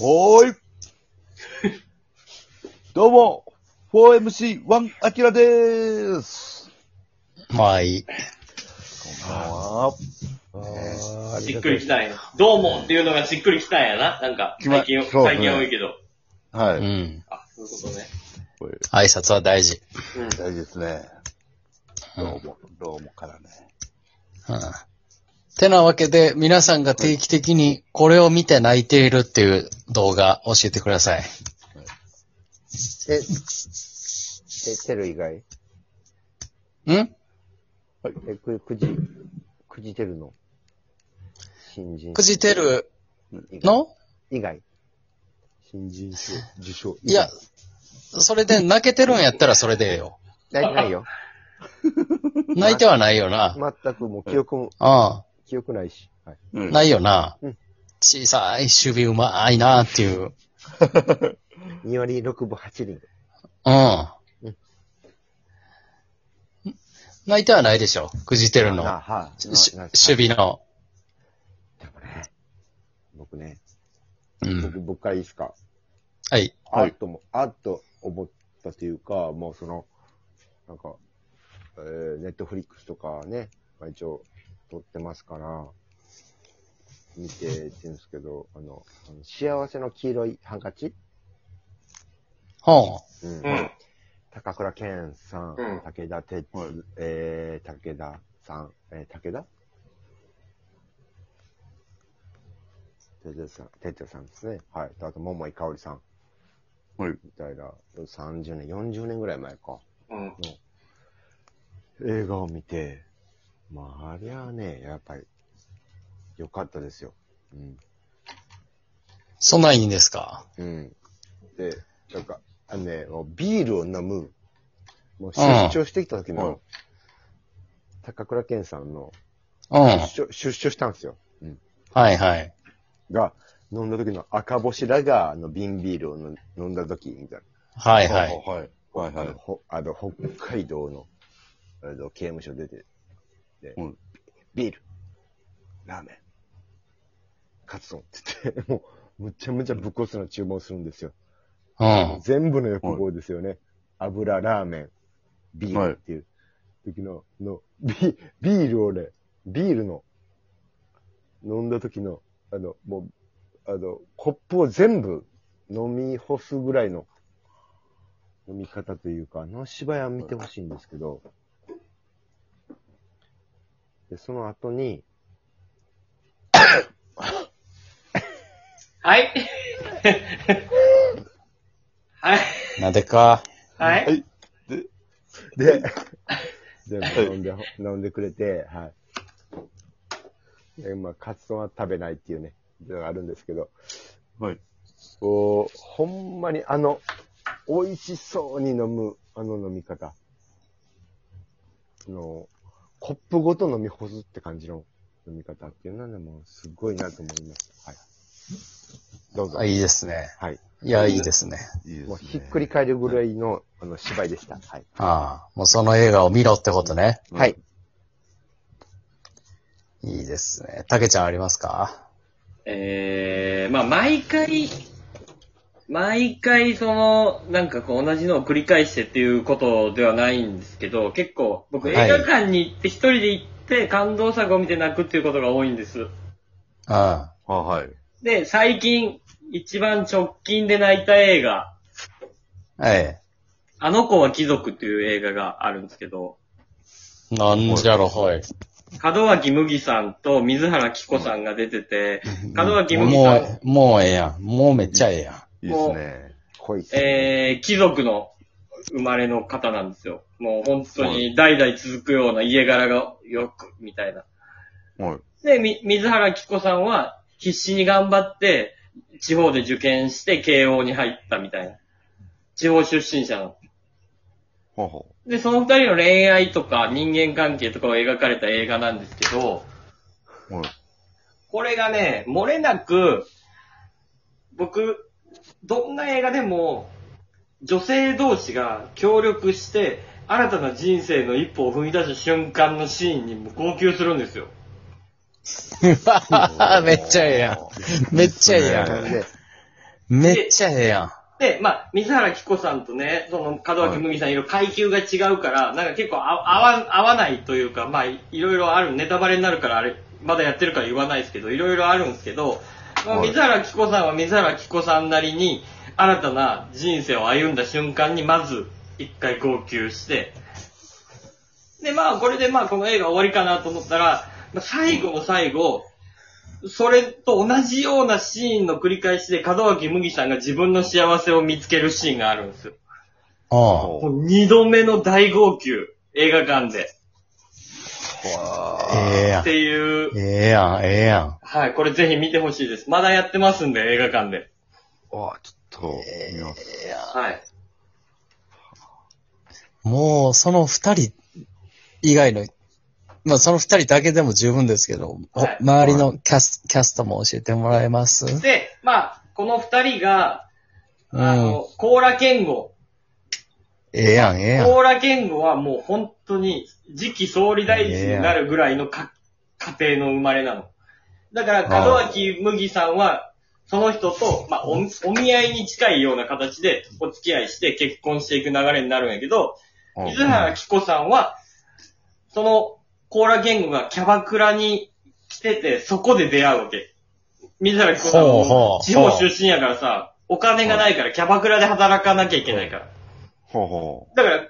は ーい。どうも、4MC1 アキラでーす。はい。ああしっくりきたんや。どうもっていうのがしっくりきたんやな。なんか、きま最近、そうね最近多いけど。ーはうい。ん。あ、そういうことね。これ挨拶は大事。うん。大事ですね。うんどうも、どうもからね。うん。てなわけで、皆さんが定期的にこれを見て泣いているっていう動画教えてください。え、え、テル以外んえ、く、くじ、くじテルの新人くじてる以外の以外。新人賞、受賞。いや、それで泣けてるんやったらそれでええよ。ない、ないよ。泣いてはないよな。全くもう記憶も、あ記憶ないし。はい。うん、あ、ないよなうん。小さい守備うまいなっていう。 2割6分8厘。ううんん。泣いてはないでしょ。くじてるの。なはい。しなしな守備の。でもね、僕ね、うん。僕、僕からいいですかはい。はいあっとも、あっと思ったというか、もうその、なんか、えー、ネットフリックスとかね、まあ、一応撮ってますから、見てって言うんですけど、あの、あの幸せの黄色いハンカチ、ほうんうん。高倉健さん、うん武田鉄、はいえー、武田さん、えー、武田哲也さん、哲也さんですね。はい。とあと、桃井かおりさん。はいみたいな、30年、40年ぐらい前か。うん。映画を見て、まあ、ありゃね、やっぱり、良かったですよ。うん。う。そんなんいいんですかうん。で、なんか、あのね、もうビールを飲む、もう出張してきた時うんはのい、高倉健さんのうん。出張、出所したんですよ。はいはい。が、飲んだ時の赤星ラガーの瓶ビールを飲ん飲んだ時、みたいな。はいはい。はい。はいあはいの、。ほあの北海道の、あの、刑務所出て、で、うんビール、ラーメン、カツ丼って言って、もう、むちゃむちゃぶっこすの注文するんですよ。うん。全部の欲望ですよね。油、ラーメン、ビールっていう時の、のビ、ビールをね、ビールの、飲んだ時の、あの、もう、あの、コップを全部飲み干すぐらいの飲み方というか、あの芝居は見てほしいんですけど、で、その後に、はい。 はい。なでか。ははいい。で、全部飲んで、飲んでくれて、はい。で、まあ、カツ丼は食べないっていうね、のがあるんですけど、はい。こう、ほんまにあの、美味しそうに飲む、あの飲み方。あの、コップごと飲み干すって感じの飲み方っていうのはね、もうすごいなと思いました。はい。どうぞ。あいいですね。はい。いや、いいですね。いいですね。もうひっくり返るぐらいの、あの、芝居でした。はい。ああ。もうその映画を見ろってことね。うんはい。いいですね。たけちゃんありますかえー、まあ、毎回、毎回、その、なんかこう、同じのを繰り返してっていうことではないんですけど、結構、僕、は映い画館に行って、一人で行って、感動作を見て泣くっていうことが多いんです。うん。ああ、はい。で、最近、一番直近で泣いた映画、えあの子は貴族っていう映画があるんですけど、え。なんじゃろ、ほい。門脇麦さんと水原希子さんが出てて、門脇麦もさう、もうええやん。もうめっちゃええや ん。いいですね。濃いっすん、えー、貴族の生まれの方なんですよ。もう本当に代々続くような家柄がよく、みたいな。はい。で、み水原希子さんは必死に頑張って、地方で受験して慶応に入ったみたいな。地方出身者の。ほうほで、その二人の恋愛とか人間関係とかを描かれた映画なんですけど、う。はい。これがね、漏れなく、僕、どんな映画でも、女性同士が協力して、新たな人生の一歩を踏み出す瞬間のシーンにも号泣するんですよ。めっちゃええやん。めっちゃええやなんん。で、めっちゃええやん。で、まあ、水原希子さんとね、その、門脇麦さん、いろいろ階級が違うから、なんか結構あ合わ、合わないというか、まあ、いろいろある、ネタバレになるから、あれ、まだやってるから言わないですけど、いろいろあるんですけど、まあ、はい水原希子さんは水原希子さんなりに、新たな人生を歩んだ瞬間に、まず、一回号泣して、で、まあ、これでまあ、この映画終わりかなと思ったら、まあ最後の最後、それと同じようなシーンの繰り返しで、門脇麦さんが自分の幸せを見つけるシーンがあるんですよ。うん。もう二度目の大号泣、映画館で。ええやっん。ていう、ええやん、ええやん。はい、これぜひ見てほしいです。まだやってますんで、映画館で。ああ、ちょっと、見ます。はい。もう、その二人以外の、まあ、その二人だけでも十分ですけど、おはい周りのキャスキャストも教えてもらえますで、まあ、この二人が、うあん。の、コーラ健吾。ええやん、ええやん。コーラ健吾はもう本当に次期総理大臣になるぐらいのか家庭の生まれなの。だから、門脇麦さんは、その人と、まあお、お見合いに近いような形でお付き合いして結婚していく流れになるんやけど、うん水原希子さんは、その、コーラ言語がキャバクラに来てて、そこで出会うわけ。水原希子さんほうほもう地方出身やからさ、お金がないからキャバクラで働かなきゃいけないから。ほうほだから、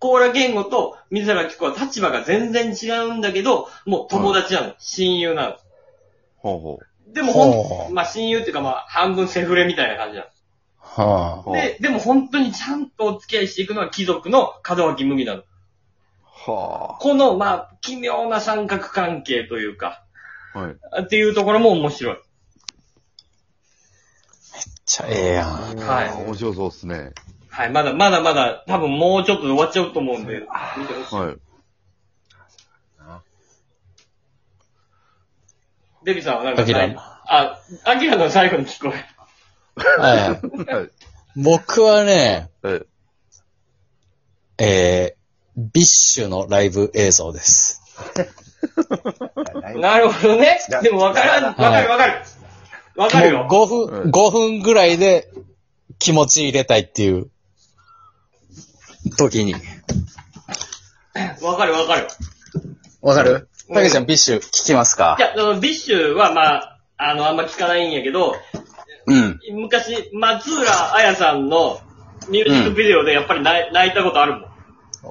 コーラ言語と水原希子は立場が全然違うんだけど、もう友達なの。親友なう。ほうほう。の。でもほほん、うまあ親友っていうかまあ半分セフレみたいな感じなの。はほうで、でも本当にちゃんとお付き合いしていくのは貴族の門脇麦なの。はこの、まあ、奇妙な三角関係というか、あ。はい。っていうところも面白い。めっちゃええやん。はいあー面白そうですね。はい、まだ、まだまだ、多分もうちょっとで終わっちゃうと思うんで、見てほしい。はい。デビさんはなんかアキラないあ、アキラの最後に聞こえ。はい。はい。僕はね、はい。えー、ビッシュのライブ映像です。なるほどね。でもわからん、わかるわかる。わかるよ。もう5分、うん5分ぐらいで気持ち入れたいっていう時に。わかるわかる。わかるうんたけちゃん、ビッシュ聞きますかいや、あのビッシュはまあ、あの、あんま聞かないんやけど、うん。昔、松浦彩さんのミュージックビデオでやっぱり泣い泣いたことあるも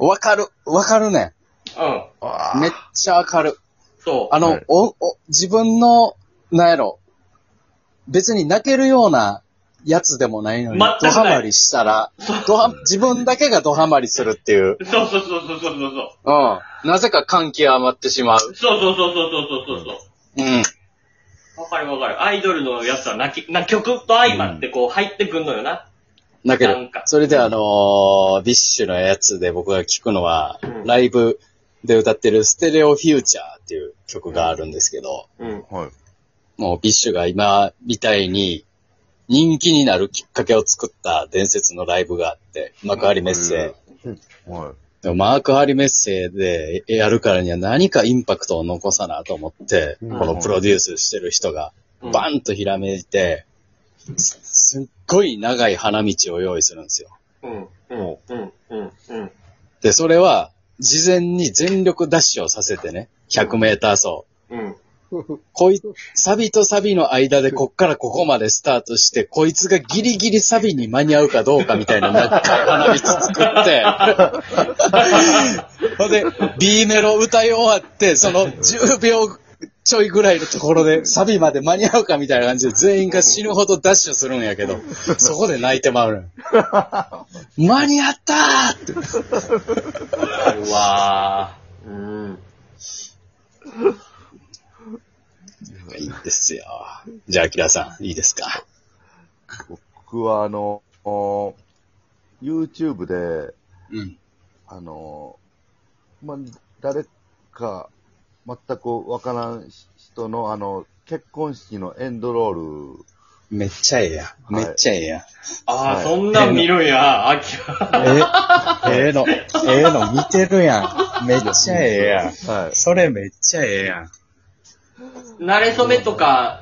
ん。わかる、わかるね。うん。あめっちゃわかる。そう。あの、はいお、お、自分の、なんやろ、別に泣けるようなやつでもないのに、全ドくないハマりしたら、ドハ、自分だけがドハマりするっていう。そうそうそうそうそうそう。うん。なぜか感極まってしまう。そうそうそうそうそうそうそう。うん。わかるわかる。アイドルのやつは泣き、な曲と相まってこう入ってくんのよな。だけなんどか、それであのービッシュのやつで僕が聞くのは、うんライブで歌ってるステレオフューチャーっていう曲があるんですけど、うん。はい。もうビッシュが今みたいに人気になるきっかけを作った伝説のライブがあって、幕張メッセ。はでも幕張メッセでやるからには何かインパクトを残さなと思って、うんこのプロデュースしてる人がうんバンとひらめいて、すすっごい長い花道を用意するんですよ。うん。うん。うん。うん。うん。で、それは、事前に全力ダッシュをさせてね、100メーター走。うん。こい、サビとサビの間でこっからここまでスタートして、こいつがギリギリサビに間に合うかどうかみたいな長い花道作 って、ほんで、B メロ歌い終わって、その10秒ちょいぐらいのところでサビまで間に合うかみたいな感じで全員が死ぬほどダッシュするんやけど、そこで泣いてまうの よ。間に合ったーって。うわぁ。うん。いいんですよ。じゃあ、アキラさん、いいですか。い。僕は、あの、お YouTube で、うん。あの、まあ、誰か、全くわからん人の、あの、結婚式のエンドロール。めっちゃええやん。めっちゃええやん。あはあ、いそんなん見る んや、アキラ。ええ、ええの、ええの見てるやん。めっちゃええやん。はい。それめっちゃええやん。慣れ初めとか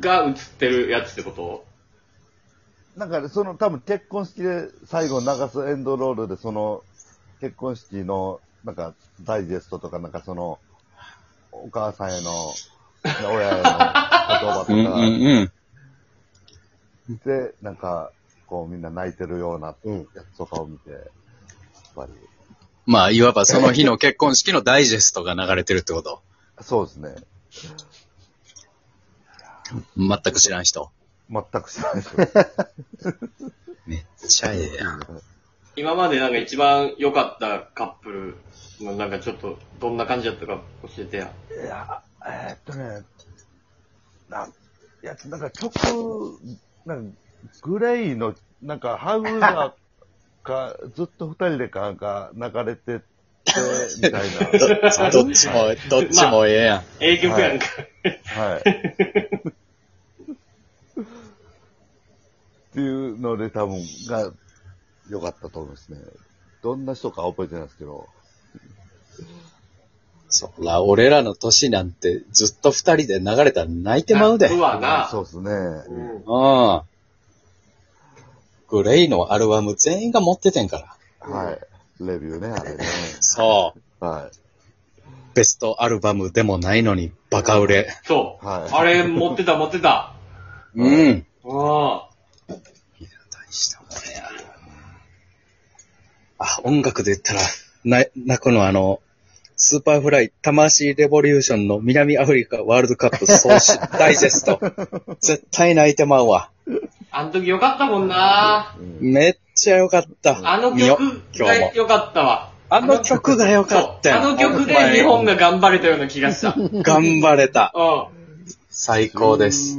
が映ってるやつってことなんか、その、多分結婚式で最後流すエンドロールで、その、結婚式の、なんか、ダイジェストとか、なんかその、お母さんへの、親への言葉とうんうか、んうん。で、なんか、こうみんな泣いてるようなうんやつとかを見て、やっぱり、まあ、いわばその日の結婚式のダイジェストが流れてるってこと。そうですね。全く知らん人。全く知らない ですめっちゃええやん。今までなんか一番良かったカップルのなんかちょっとどんな感じだったか教えてや。いや、えーっとね、なん、いや、なんか曲、なんか、グレイの、なんか、ハウザーか、ずっと二人でか、なんか、流れてって、みた いな。 どっちも、どっちもええやん。ええ曲やんか。はい。っていうので、多分、が、良かったと思いますね。どんな人か覚えてないですけど。そら、俺らの年なんてずっと二人で流れたら泣いてまうで。うわな。そうですね。うん。うん。グレイのアルバム全員が持っててんから。はい。レビューね、あれね。そう。はベストアルバムでもないのにバカ売れ。そう。はいあれ持ってた持ってた。うん。うん。あ大したもんや。あ、音楽で言ったら、な、泣くのはあの、スーパーフライ、魂レボリューションの南アフリカワールドカップ総集ダイジェスト。絶対泣いてまうわ。の時良かったもんな。い。うんめっちゃ良かった。あの見よ曲今が日も。良かったわ。あの曲が良そかうったよあの曲で日 本が頑張れたような気がした。うん。頑張れた。最高です。